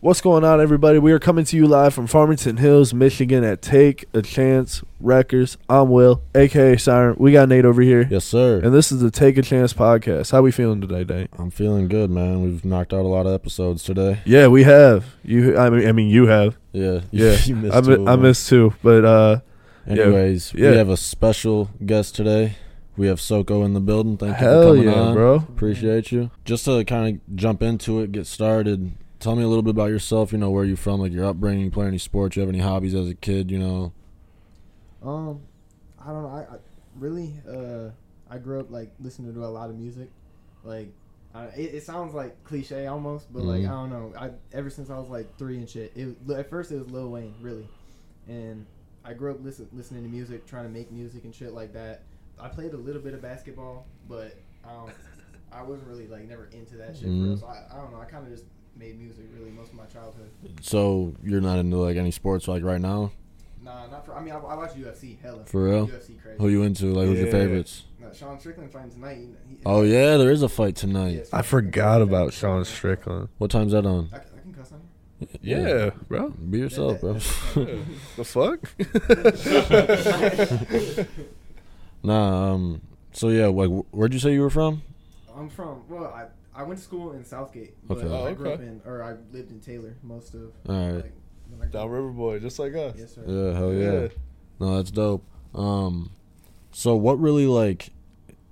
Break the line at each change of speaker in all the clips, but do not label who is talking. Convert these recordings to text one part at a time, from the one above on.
What's going on, everybody? We are coming to you live from Farmington Hills, Michigan at Take a Chance Records. I'm Will, aka Siren. We got Nate over here.
Yes, sir.
And this is the Take a Chance podcast. How we feeling today, Nate?
I'm feeling good, man. We've knocked out a lot of episodes today.
Yeah, we have. You I mean I mean you have.
Yeah,
Yeah.
you missed
I,
two of
mi- I
them.
missed two, but uh yeah.
Anyways,
Yeah.
we have a special guest today. We have Soko in the building. Thank you for
hell
coming
yeah,
on.
bro.
Appreciate you. Just to kind of jump into it, get started. Tell me a little bit about yourself. You know where you're from, like your upbringing, you play any sports, you have any hobbies as a kid. You know.
Um, I don't know. I, I really uh, I grew up like listening to a lot of music. Like, I, it, it sounds like cliche almost, but like
Mhm.
I don't know. I ever since I was like three and shit. It at first it was Lil Wayne really, and I grew up listen, listening to music, trying to make music and shit like that. I played a little bit of basketball, but I don't. I wasn't really like never into that shit
Mhm.
for real. So I, I don't know. I kind of just made music really most of my childhood.
So you're not into like any sports like right now,
Nah, not for. I mean, I, I watch UFC. Hella.
for real.
UFC crazy.
Who you into? Like who's your
Yeah.
favorites?
No, Sean Strickland fighting tonight. He- he-
Oh yeah, there is a fight tonight.
Yes.
I forgot about Sean Strickland.
What time's that on?
I, can- I can cuss on you.
Yeah, bro.
Be yourself, bro.
The fuck?
Nah, um, so yeah, like, wh- where'd you say you were from?
I'm from well, I I went to school in Southgate, but
Okay.
Oh,
I grew up
okay.
in or I lived in Taylor most of.
All right.
Like, when I grew-
Downriver boy, just like us.
yes, sir.
Yeah, hell yeah. No, that's dope. Um, so what really like?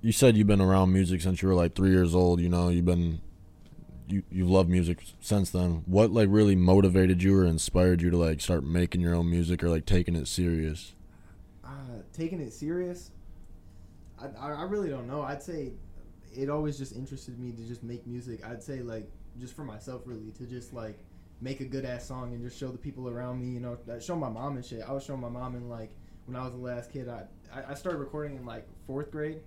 You said you've been around music since you were like three years old. You know, you've been you you've loved music since then. What like really motivated you or inspired you to like start making your own music or like taking it serious?
Uh, taking it serious, I, I I really don't know. I'd say it always just interested me to just make music. I'd say like just for myself really to just like make a good ass song and just show the people around me. You know, that- show my mom and shit. I was showing my mom and like when I was the last kid, I I I started recording in like fourth grade.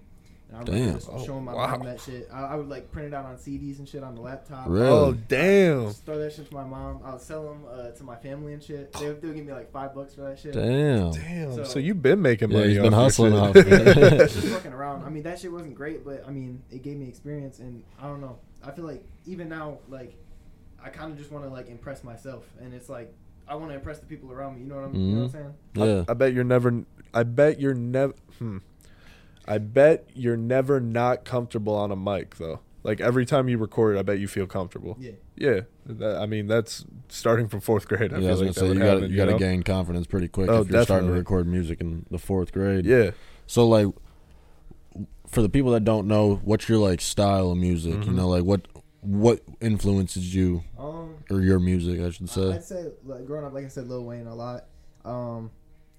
And I
Damn.
remember just
Oh,
showing my
wow.
mom that shit. I, I would like print it out on CDs and shit on the laptop.
Really?
Oh damn.
Just throw that shit to my mom. I would sell them uh, to my family and shit. They would, they would give me like five bucks for that shit.
Damn.
Damn. So,
So-
you've been making
Oh. Yeah,
money.
he's been
off your
hustling
shit.
off,
just fucking around. I mean, that shit wasn't great, but I mean, it gave me experience, and I don't know. I feel like even now, like, I kind of just want to like impress myself, and it's like I want to impress the people around me. You know what I'm, you know what I'm
Mhm.
saying?
Yeah.
I, I bet you're never. I bet you're never. Hmm. I bet you're never not comfortable on a mic though. Like every time you record, I bet you feel comfortable.
Yeah.
Yeah. That, I mean, that's starting from fourth grade. I
Yeah, I
feel
was gonna
like
say
that
you
would
got
happen,
to you
you
got to
know?
gain confidence pretty quick
Oh,
if you're starting to
definitely.
record music in the fourth grade.
Yeah.
So like, for the people that don't know, what's your like style of music? You
Mhm.
know, like what what influences you
Um,
or your music, I should
Uh, I-
say.
I'd say like growing up, like I said, Lil Wayne a lot. Um,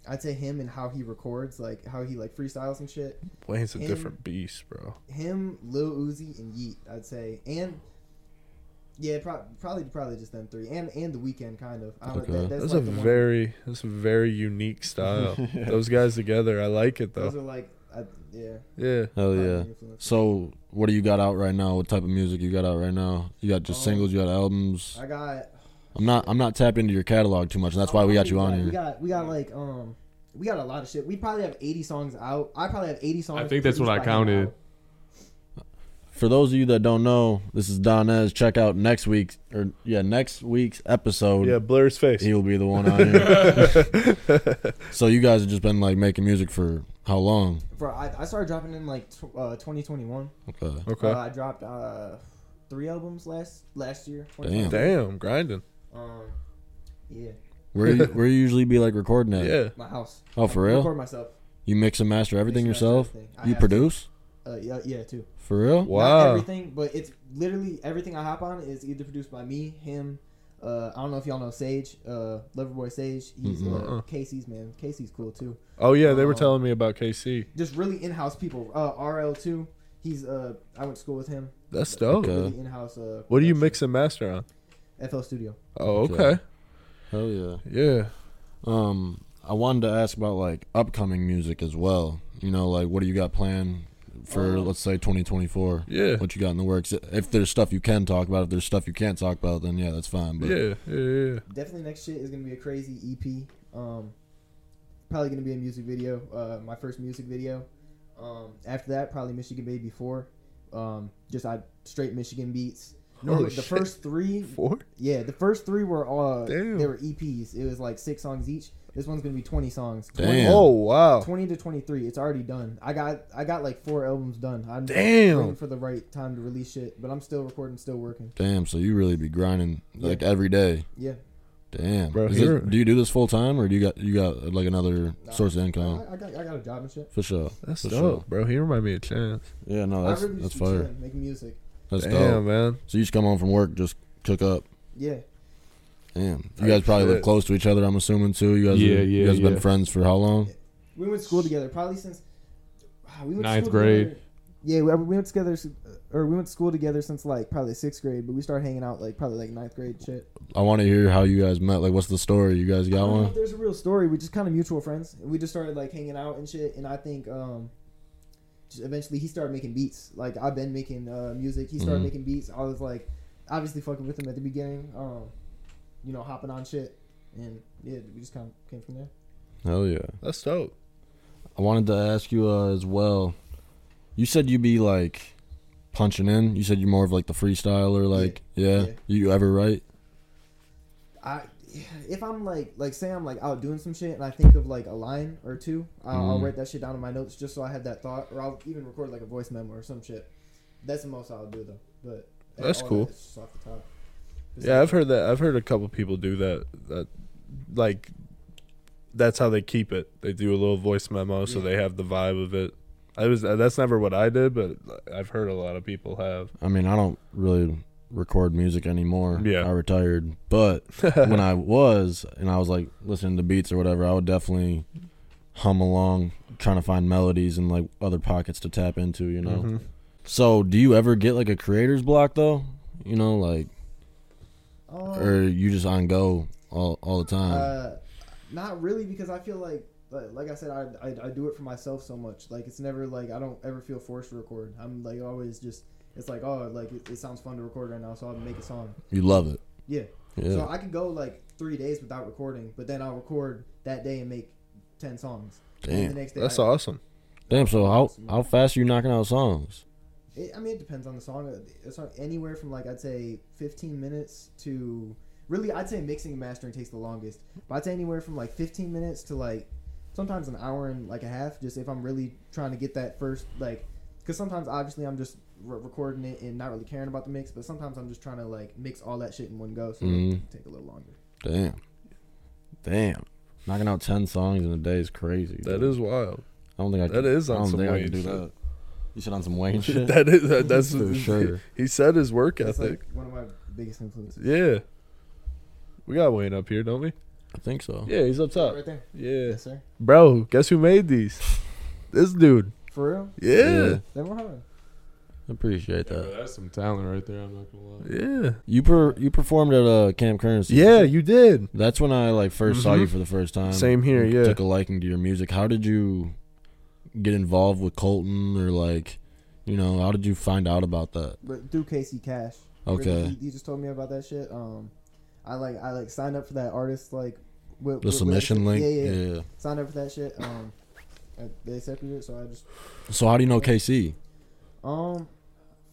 I'd say him and how he records, like how he like freestyles and shit.
Wayne's a
Him-
different beast, bro.
Him, Lil Uzi, and Yeet. I'd say and. Yeah, pro- probably probably just them three, and and the weekend kind of. I don't,
Okay.
that, that's
That's,
like
a
the one-
very that's a very unique style. Those guys together, I like it though.
Those are like, I, yeah.
yeah.
Hell
probably
Oh, yeah.
an influence.
So what do you got out right now? What type of music you got out right now? You got just
Um,
singles, you got albums.
I got.
I'm not I'm not tapped into your catalog too much. and That's why we got you on
We
here.
got we got like um we got a lot of shit. We probably have eighty songs out. I probably have eighty songs.
I think that's what I
produced by him
counted.
out.
For those of you that don't know, this is Donez. Check out next week's or yeah, next week's episode.
Yeah, blur his face.
He will be the one on here. so you guys have just been like making music for how long?
Bro, I, I started dropping in like tw- uh, 2021.
Okay.
Okay.
Uh, I dropped uh three albums last last year.
Damn.
Damn, grinding.
Um, yeah,
Where you, where you usually be like recording at?
Yeah.
my house.
Oh, for
I
real?
Record myself.
You mix and master everything
Mix and master
yourself?
everything. I
You
have
produce?
Uh, yeah, yeah, too.
For real?
Not
Wow.
everything, but it's literally everything I hop on is either produced by me, him. Uh, I don't know if y'all know Sage, uh, Loverboy Sage. He's
Mm-mm.
uh,
Uh-uh.
Casey's man. Casey's cool too.
Oh yeah, they were
Um,
telling me about KC.
Just really in-house people. Uh, RL too. He's uh, I went to school with him.
That's dope.
Okay.
Really in-house. Uh,
What do you mix
production.
and master on?
FL Studio.
Oh,
Okay.
okay.
Hell yeah.
Yeah.
Um, I wanted to ask about like upcoming music as well. You know, like what do you got planned for
Um,
let's say 2024?
Yeah.
What you got in the works? If there's stuff you can talk about, if there's stuff you can't talk about, then yeah, that's fine. But
Yeah. Yeah. Yeah.
Definitely next shit is gonna be a crazy EP. Um, probably gonna be a music video. Uh, my first music video. Um, after that, probably Michigan Baby Four. Um, just I straight Michigan beats. No,
Holy
the
shit.
first three
Four?
Yeah, the first three were all
Damn.
they were EPs. It was like six songs each. This one's gonna be twenty songs.
Damn.
Oh wow.
20 to 23 it's already done i got i got like four albums done i'm
Damn.
waiting for the right time to release shit but i'm still recording still working
Damn, so you really be grinding like every day.
yeah
Damn.
Bro,
Is
here-
it, do you do this full time or do you got you got like another source of income?
I, I, got, I got a job and shit
For sure.
That's
For
dope, bro. He remind me of Chance.
Sure. Yeah, no, that's
I really
that's
just be
fire.
chilling, making music
That's
Damn,
dope.
man.
So you just come home from work, just cook up.
yeah
Damn. You
Type
guys probably live
shit.
close to each other, I'm assuming too. You guys
Yeah,
are- you
yeah,
guys been
yeah.
friends for how long?
we went to school together probably since wow, we went to
Ninth
school
grade.
together- yeah we, we went together s- or we went to school together since like probably sixth grade but we started hanging out like probably like ninth grade shit
I want to hear how you guys met. Like what's the story? You guys
I
got
don't know
one?
if there's a real story. We just kind of mutual friends. We just started like hanging out and shit. And I think um, just eventually he started making beats. Like I've been making uh, music. He started
Mhm.
making beats. I was like, obviously fucking with him at the beginning. Um, you know, hopping on shit. And yeah, we just kind of came from there.
Hell yeah.
That's dope.
I wanted to ask you uh, as well. You said you be like punching in. You said you're more of like the freestyler. Like, yeah,
Yeah.
you ever write?
I if I'm like like say I'm like out doing some shit and I think of like a line or two, I'll, I'll
Mm-hmm.
Mhm.
write that shit down in my notes just so I have that thought, or I'll even record like a voice memo or some shit. That's the most I'll do though. But
That's
all
cool.
that is just off the top. Just
Yeah,
like-
I've heard that. I've heard a couple people do that. That like that's how they keep it. They do a little voice memo so
Yeah.
they have the vibe of it. I was that's never what I did, but I've heard a lot of people have.
I mean, I don't really record music anymore.
Yeah.
I retired. But when I was and I was like listening to beats or whatever, I would definitely hum along, trying to find melodies and like other pockets to tap into. You know.
Mhm.
So, do you ever get like a creator's block though? You know, like,
Um,
or you just on go all all the time?
Uh, not really, because I feel like, like, like I said, I, I I do it for myself so much. Like it's never like I don't ever feel forced to record. I'm like always just it's like oh like it, it sounds fun to record right now, so I'll make a song.
you love it.
Yeah.
Yeah.
So I could go like three days without recording, but then I'll record that day and make ten songs. And
Damn.
the next day,
That's
I,
awesome.
Damn, so how how fast are you knocking out songs?
It, I mean, it depends on the song. It's on- anywhere from like I'd say 15 minutes to really, I'd say mixing and mastering takes the longest. But I'd say anywhere from like 15 minutes to like sometimes an hour and like a half. Just if I'm really trying to get that first like, because sometimes obviously I'm just re- recording it and not really caring about the mix. But sometimes I'm just trying to like mix all that shit in one go, so it'll
Mhm.
take a little longer.
Damn. Damn. Knocking out 10 songs in a day is crazy.
That
dude.
is wild.
I don't think I
that
could,
is on
I don't
some
think I
Wayne
could do
shit.
that. You said on some Wayne shit?
that is that, that's
For sure.
He said his work
That's
ethic.
like one of my biggest influences.
yeah. We got Wayne up here, don't we?
I think so.
Yeah, he's up top.
Right there,
Yeah.
yes sir.
Bro, guess who made these? This dude.
For real,
Yeah.
Then we're hard.
Appreciate
Yeah, bro,
that.
that's some talent right there. I'm not gonna lie.
Yeah.
You per, you performed at uh, Camp Currency.
Yeah, you did.
That's when I like 1st saw
Mhm.
you for the first time.
Same here, yeah.
Took a liking to your music. How did you get involved with Colton or like, you know, how did you find out about that?
but through Casey Cash.
Okay.
Really, he, he just told me about that shit. Um, I like I like signed up for that artist like with,
The submission link?
Yeah, yeah, yeah.
yeah.
Signed up for that shit. Um, I, they accepted it, so I just
So how do you know KC?
um,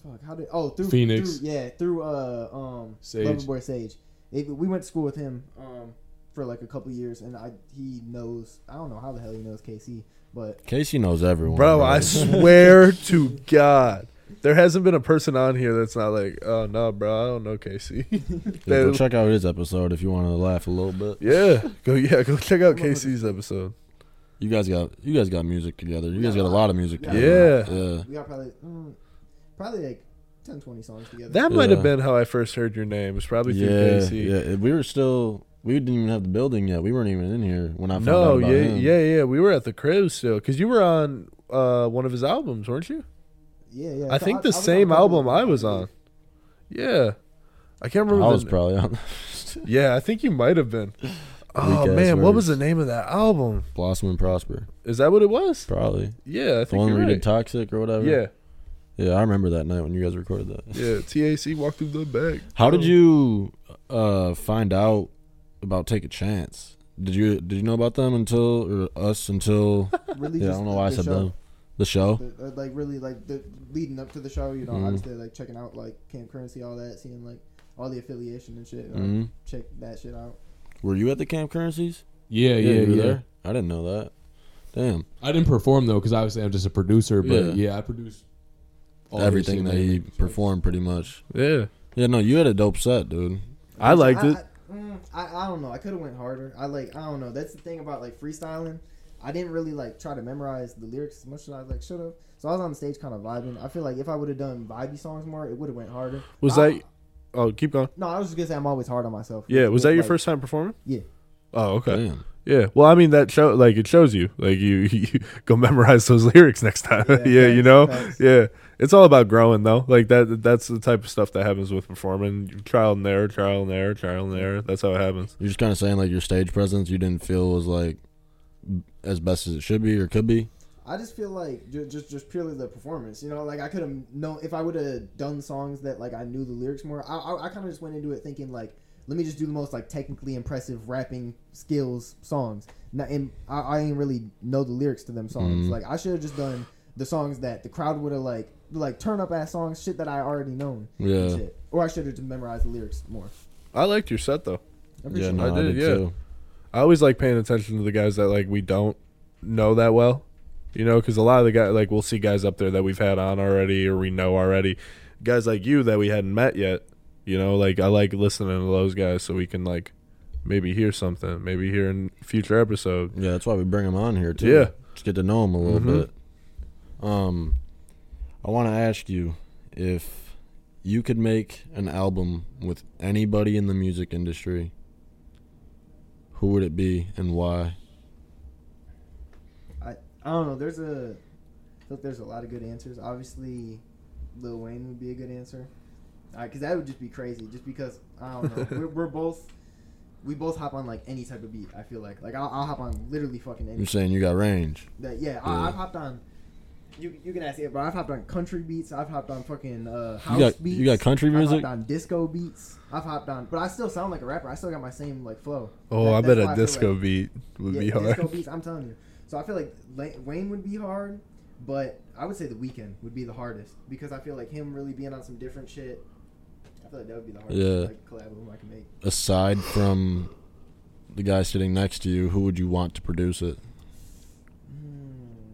fuck, how did oh through
Phoenix.
through, yeah, through uh um
Sage.
Loverboy Sage. It, we went to school with him um for like a couple years, and I he knows I don't know how the hell he knows KC, but
Casey knows everyone.
Bro, I swear to God. There hasn't been a person on here that's not like, oh no, bro, I don't know KC.
Yeah, go
They-
check out his episode if you want to laugh a little bit.
yeah, go yeah, go check out KC's episode.
You guys got you guys got music together. You guys
Yeah.
got a lot of music
Yeah.
together.
Yeah.
Yeah.
we got probably mm, probably like 10, 20 songs together.
That might have
Yeah.
been how I first heard your name. It's probably through
Yeah.
KC.
yeah. If We were still we didn't even have the building yet. We weren't even in here when I found out
No,
about
yeah,
him.
yeah, yeah. We were at the crib still because you were on uh, one of his albums, weren't you?
yeah, yeah.
I
So
think the
was on a
same
couple-
album I was on. Yeah, I can't
I
remember.
was
the,
probably on
yeah, I think you might have been. Oh
Weak-ass
man, what was the
words.
name of that album?
Blossom and Prosper.
Is that what it was?
Probably
Yeah, I
the
think
one
you're
where you
right.
did Toxic or whatever.
yeah,
Yeah. I remember that night when you guys recorded that.
yeah. TAC walked through the back.
How did you uh, find out about Take a Chance? Did you did you know about them until or us until?
Really
yeah. I
just
don't know why I
the
said
show.
them. The show.
The, uh, like really like the leading up to the show, you know,
Mhm.
obviously like checking out like Camp Currency, all that, seeing like all the affiliation and shit. uh,
hmm
Check that shit out.
Were you at the Camp Currencies?
Yeah, yeah,
you were
yeah.
there? I didn't know that. Damn.
I didn't perform though because obviously I'm just a producer. But
Yeah.
yeah, I produced all
Everything
this
that
shit,
he
man.
performed, pretty much.
Yeah.
Yeah, no, you had a dope set, dude.
I liked it.
I, mm, I, I don't know. I could have went harder. I like I don't know. That's the thing about like freestyling. I didn't really like try to memorize the lyrics as much as I like should have. So I was on the stage kind of vibing. I feel like if I would have done vibey songs more, it would have went harder.
Was
I-
that? Oh, keep going.
No, I was just gonna say I'm always hard on myself.
Yeah. Was that your
Like,
first time performing?
Yeah.
Oh, okay.
Damn.
Yeah. Well, I mean that show like it shows you like you, you go memorize those lyrics next time.
Yeah,
Yeah, you
facts,
know.
facts.
Yeah. It's all about growing though. Like that that's the type of stuff that happens with performing. Trial and error, trial and error, trial and error. That's how it happens.
You're just kind of saying like your stage presence you didn't feel was like as best as it should be or could be.
I just feel like ju- just just purely the performance. You know, like I could have known if I would have done songs that like I knew the lyrics more. I I, I kind of just went into it thinking like, let me just do the most like technically impressive rapping skills songs. Now, and I, I ain't really know the lyrics to them songs.
Mhm.
Like I should have just done the songs that the crowd would have like like turn up ass songs, shit that I already known. and
Yeah.
Shit. Or I should have just memorized the lyrics more.
I liked your set though.
Yeah,
I appreciate
no, I
I
did,
did, yeah.
too.
I always like paying attention to the guys that like we don't know that well, you know, because a lot of the guys like we'll see guys up there that we've had on already or we know already, guys like you that we hadn't met yet, you know, like I like listening to those guys so we can like maybe hear something, maybe hear in future episode.
Yeah, that's why we bring him on here too.
Yeah.
just get to know him a little
Mhm.
bit. Um, I want to ask you if you could make an album with anybody in the music industry. Who would it be and why?
I don't know. There's a, I think there's a lot of good answers. Obviously, Lil Wayne would be a good answer, because that would just be crazy. Just because I don't know. we're, we're both, we both hop on like any type of beat. I feel like like I'll, I'll hop on literally fucking any.
You're saying you got range.
That yeah, I,
Yeah.
I've hopped on. You you can ask it, but I've hopped on country beats. I've hopped on fucking uh, house
You got
beats.
you got country
I've
music.
hopped on disco beats. I've hopped on, but I still sound like a rapper. I still got my same like flow.
Oh,
That-
I
that's
bet
why
a
feel
disco
like-
beat would
yeah,
be
disco
hard.
beats, I'm telling you. So I feel like La- Wayne would be hard, but I would say The Weeknd would be the hardest because I feel like him really being on some different shit. I feel like that would be the hardest
Yeah.
like, collab album I can make.
Aside from the guy sitting next to you, who would you want to produce it?
Hmm.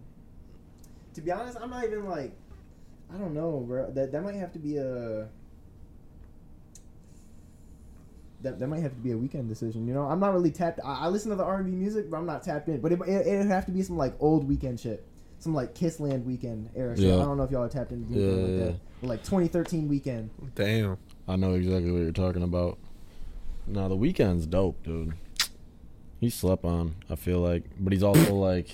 To be honest, I'm not even like, I don't know, bro. That that might have to be a. That, that might have to be a weekend decision, you know. I'm not really tapped. I, I listen to the R&B music, but I'm not tapped in. But it it it'd have to be some like old weekend shit, some like Kissland weekend era shit.
Yeah.
I don't know if y'all are tapped into anything
Yeah,
like
yeah,
that, but like 2013 weekend.
Damn.
I know exactly what you're talking about. Now the weekend's dope, dude. He slept on. I feel like, but he's also like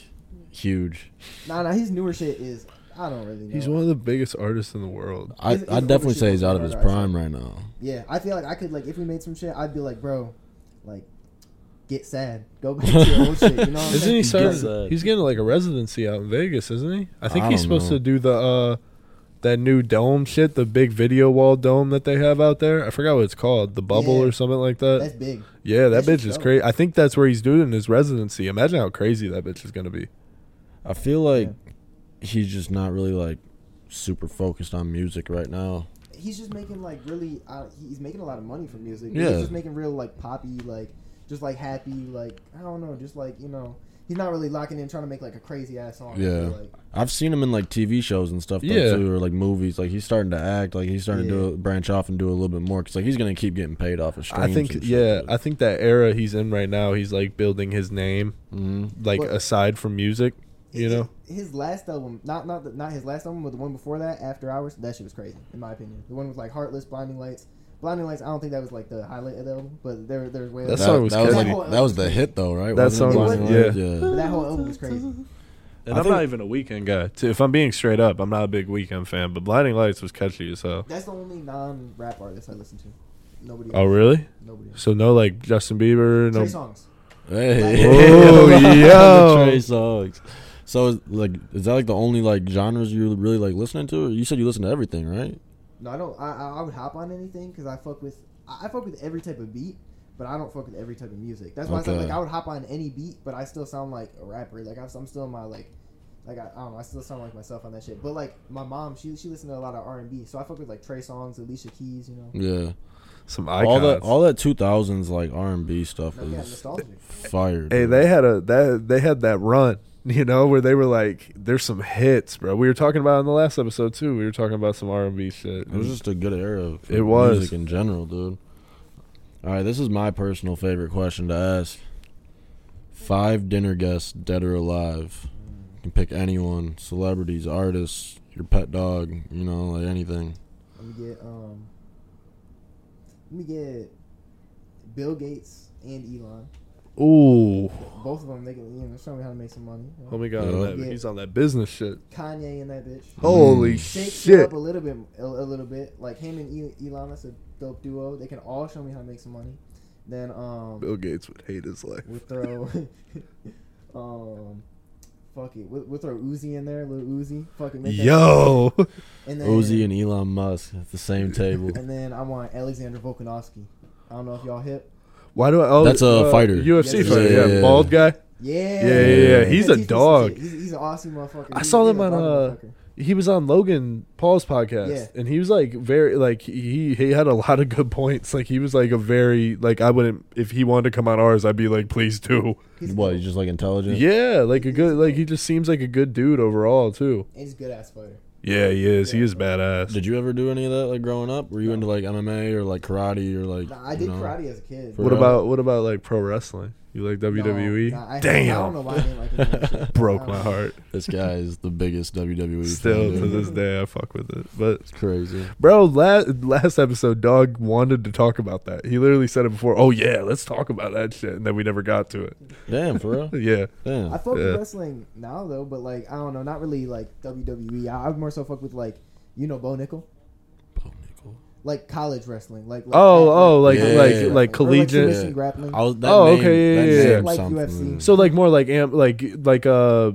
huge.
Nah, nah, his newer shit is I don't really know.
He's one of the biggest artists in the world.
I
He's- he's
I'd definitely
overshooting
say he's out of
his
his
radar,
prime right now.
Yeah, I feel like I could like if we made some shit, I'd be like, bro, like, get sad, go back to your old shit. You know? What I'm
Isn't he
saying?
starting-
Because-
starting? He's getting like a residency out in Vegas, isn't he? I think
I
he's
don't
supposed
know.
to do the uh that new dome shit, the big video wall dome that they have out there. I forgot what it's called, the bubble
Yeah.
or something like that.
That's big.
yeah, that
that
bitch
shit's
is
dope.
crazy. I think that's where he's doing his residency. Imagine how crazy that bitch is gonna be.
I feel like he's just not really like super focused on music right now.
He's just making like really. Uh, he's making a lot of money from music.
Yeah.
He's just making real like poppy, like just like happy, like I don't know, just like you know. He's not really locking in trying to make like a crazy ass song. I feel
Yeah.
Like,
I've seen him in like TV shows and stuff though,
Yeah.
too, or like movies. Like he's starting to act. Like he's starting to
Yeah.
do, branch off and do a little bit more because like he's gonna keep getting paid off of streams.
I think
and shit,
yeah,
dude.
I think that era he's in right now, he's like building his name,
Mhm.
like
But-
aside from music, you
his-
know.
His last album, not not the, not his last album, but the one before that, After Hours, that shit was crazy in my opinion. The one with like Heartless, Blinding Lights, Blinding Lights. I don't think that was like the highlight of the album, but there there's way.
That
that,
song was
that was
catchy.
like that was the hit though, right?
That
Wasn't it
song
was-
Blinding Lights?
yeah.
But that whole album was crazy.
And
I
I am
think-
not even a weekend guy. T- If I'm being straight up, I'm not a big weekend fan, but Blinding Lights was catchy as hell.
That's the only non-rap artist I listen to. Nobody.
Oh
else.
really?
Nobody. Else.
So no like Justin Bieber, no
Trey songs.
Hey.
Oh, yo.
Trey Songz. So is- like, is that like the only like genres you really like listening to? Or you said you listen to everything, right?
No, I don't. I- I I would hop on anything because I fuck with I I fuck with every type of beat, but I don't fuck with every type of music. That's why I said
Okay.
like I would hop on any beat, but I still sound like a rapper. Like I- I'm still in my like Like I, I don't know, I still sound like myself on that shit. But like my mom, she she listened to a lot of R and B, so I fuck with like Trey Songs, Alicia Keys, you know.
Yeah,
Some icons.
all that all that two thousands like R and B stuff
Like, yeah,
is
nostalgic.
fire.
hey,
dude.
they had a that they had that run, you know, where they were like, "There's some hits, bro." We were talking about in the last episode too. We were talking about some R and B shit.
It was just a good era. For
It was.
music in general, dude. All right, this is my personal favorite question to ask. Five dinner guests, dead or alive. You can pick anyone, celebrities, artists, your pet dog, you know, like anything.
Let me get um. Let me get Bill Gates and Elon.
Ooh,
Both of them, they can, you know, they're showing me how to make some money. you know.
homie got
Yeah.
on that. He's on that business shit.
Kanye and that bitch.
Holy
Shake shit
Oh, shit!
up a little bit, a, a little bit. Like him and E- Elon, that's a dope duo. They can all show me how to make some money. Then um,
Bill Gates would hate his life.
we throw, um, fuck it, we we throw Uzi in there, little Uzi, fucking make that-
Yo,
and then,
Uzi and Elon Musk at the same table.
and then I want Alexander Volkanovsky. I don't know if y'all hip.
why do I? Oh,
That's a fighter.
UFC
Yeah,
fighter.
yeah,
Yeah,
yeah.
bald guy.
Yeah,
Yeah,
yeah, yeah.
He's
Yeah,
a
piece of
dog.
shit. He's, he's an awesome motherfucker.
I
He's-
saw
he's
him
a
on,
dog
uh,
motherfucker.
He was on Logan Paul's podcast,
Yeah.
and he was like very like he he had a lot of good points. Like he was like a very like I wouldn't if he wanted to come on ours, I'd be like, please do.
He's a
what,
dog.
you just like intelligent?
Yeah, like a good like he just seems like a good dude overall too.
And he's a good ass fighter.
Yeah, he is. He
Yeah.
is badass.
Did you ever do any of that like growing up? Were you into like MMA or like karate or like
Nah, I
you
did
know?
karate as a kid.
For
what
real?
about what about like pro wrestling? You like
No,
WWE?
nah, I, I don't
E? Damn,
know why I didn't like it. that shit.
broke
I
my
don't know.
heart.
This guy is the biggest WWE
Still
fan,
to
dude.
this day, I fuck with it. But
It's crazy.
Bro, last last episode, Dog wanted to talk about that. He literally said it before. Oh yeah, let's talk about that shit, and then we never got to it.
Damn, for real?
Yeah,
Damn.
I fuck
Yeah.
with wrestling now though, but like I don't know, not really like WWE. I, I would more so fuck with like you know Bo Nickel, like college wrestling, like, like
Oh, oh, like-
college
like-
wrestling,
like
or,
collegiate-
submission
Yeah.
grappling.
I was, that
Oh,
name-
okay, yeah,
that
yeah,
name
yeah.
meant
Like
something.
UFC.
so like more like amp, like like uh,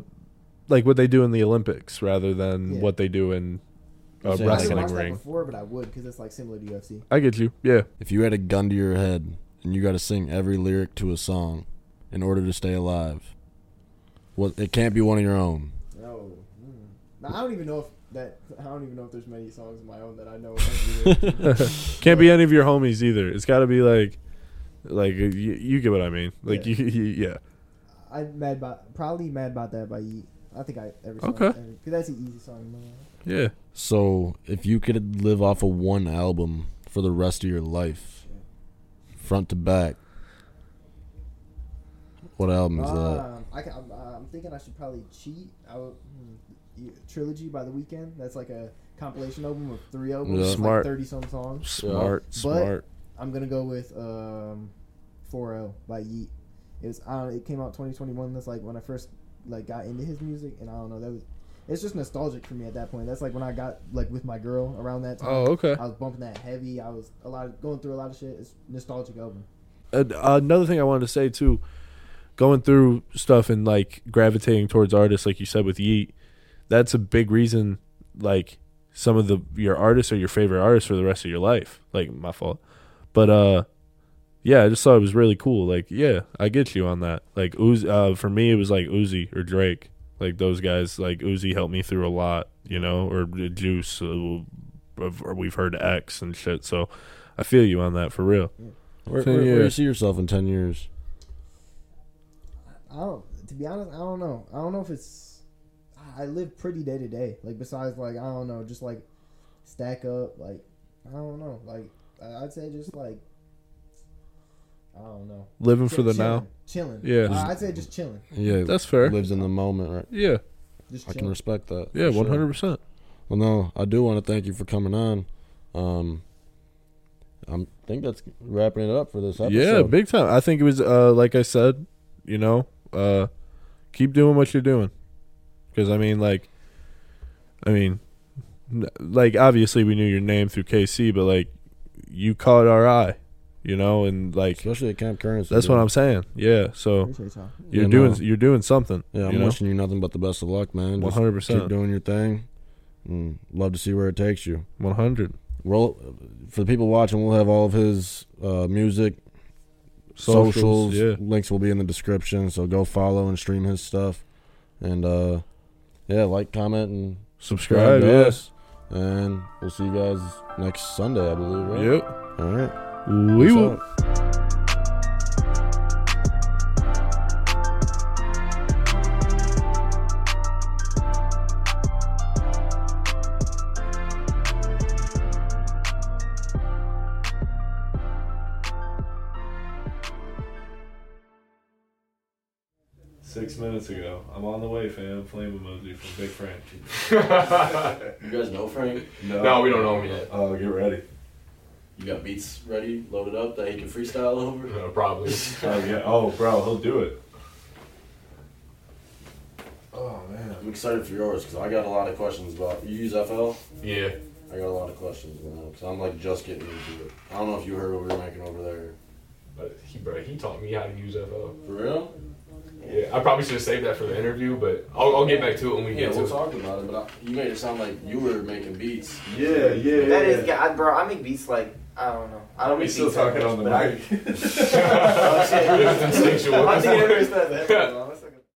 like what they do in the Olympics rather than
Yeah.
what they do in a
So, like,
I didn't
wrestling
watch that
ring.
before, but I would because it's like similar to UFC.
I get you. Yeah,
if you had a gun to your head and you got to sing every lyric to a song in order to stay alive, well, it can't be one of your own.
No, mm. Now, I don't even know if that. I don't even know if there's many songs of my own that I know. every lyric.
can't be any of your homies either. It's got to be like, like you, you get what I mean. Like
Yeah.
you, you yeah.
I'm mad about probably mad about that by Yeet. I think I every song,
Okay.
because that's the easy song. in my life.
Yeah,
So if you could live off of one album for the rest of your life, front to back, what album is that?
Um, I am I'm thinking I should probably cheat. I would, hmm, yeah, trilogy by the weekend. That's like a compilation album of three albums,
Yeah.
It's
Smart.
like thirty some songs.
smart, smart.
I'm gonna go with um, 4L by Yeet. It was I don't, it came out 2021. That's like when I first like got into his music, and I don't know that was. It's just nostalgic for me at that point. That's like when I got like with my girl around that time.
Oh, okay.
I was bumping that heavy. I was a lot of, going through a lot of shit. It's nostalgic album.
an- another thing I wanted to say too, going through stuff and like gravitating towards artists, like you said with Yeet, that's a big reason. Like some of the your artists are your favorite artists for the rest of your life. Like my fault, but uh, yeah, I just thought it was really cool. Like yeah, I get you on that. Like Uzi, uh, for me it was like Uzi or Drake. Like those guys, like Uzi helped me through a lot, you know, or Juice. Uh, or we've heard X and shit, so I feel you on that for real.
Where,
Ten
where, where do you
years.
see yourself in 10 years?
I don't. To be honest, I don't know. I don't know if it's. I live pretty day to day. Like besides, like I don't know, just like stack up. Like I don't know. Like I- I'd say just like I don't know.
Living for the
Chillin',
now.
chilling.
Yeah.
I- I'd say just chilling.
Yeah,
That's fair.
lives in the moment, right?
Yeah,
Just
I can
chilling.
respect that.
yeah,
for sure.
one hundred percent.
Well, no, I do want to thank you for coming on. Um, I think that's wrapping it up for this episode.
Yeah, big time. I think it was uh, like I said, you know, uh, keep doing what you're doing, because I mean, like, I mean, n- like obviously we knew your name through KC, but like, you caught our eye, you know, and like
especially at Camp Currency.
that's what
dude.
I'm saying. Yeah, so
Appreciate y'all.
you're
Yeah,
doing
no.
you're doing something.
Yeah, I'm
you know?
wishing you nothing but the best of luck, man. Just
100%.
Keep doing your thing. Mm, love to see where it takes you.
one hundred
Roll for the people watching. We'll have all of his uh, music, socials.
Yeah,
Links will be in the description, so go follow and stream his stuff. And uh,
yeah, like, comment, and
Subscribe.
to
Yes.
us. And we'll see you guys next Sunday, I believe, right?
Yep.
All right.
We
Peace
will.
out.
Six minutes ago. I'm on the way, fam. Flame emoji from Big Frank.
no,
You guys know Frank?
we don't know him yet.
Oh, get ready.
You got beats ready, loaded up that he can freestyle over?
No, probably.
Oh, yeah. Oh, bro, he'll do it. Oh, man.
I'm excited for yours because I got a lot of questions about. You use FL?
Yeah.
I got a lot of questions now because I'm like just getting into it. I don't know if you heard what we were making over there.
But he, bro, he taught me how to use FL.
For real?
Yeah, I probably should have saved that for the interview, but I'll, I'll get back to it when we
Yeah,
get to
we'll
it.
talk about it, but I, you made it sound like you were making beats.
Yeah, yeah.
That is, yeah, I, bro. I make beats like I don't know. I don't
We
make
still
beats that
talking
much,
on the
but I-
mic.
Oh, shit.
It was instinctual.
I think I understand that.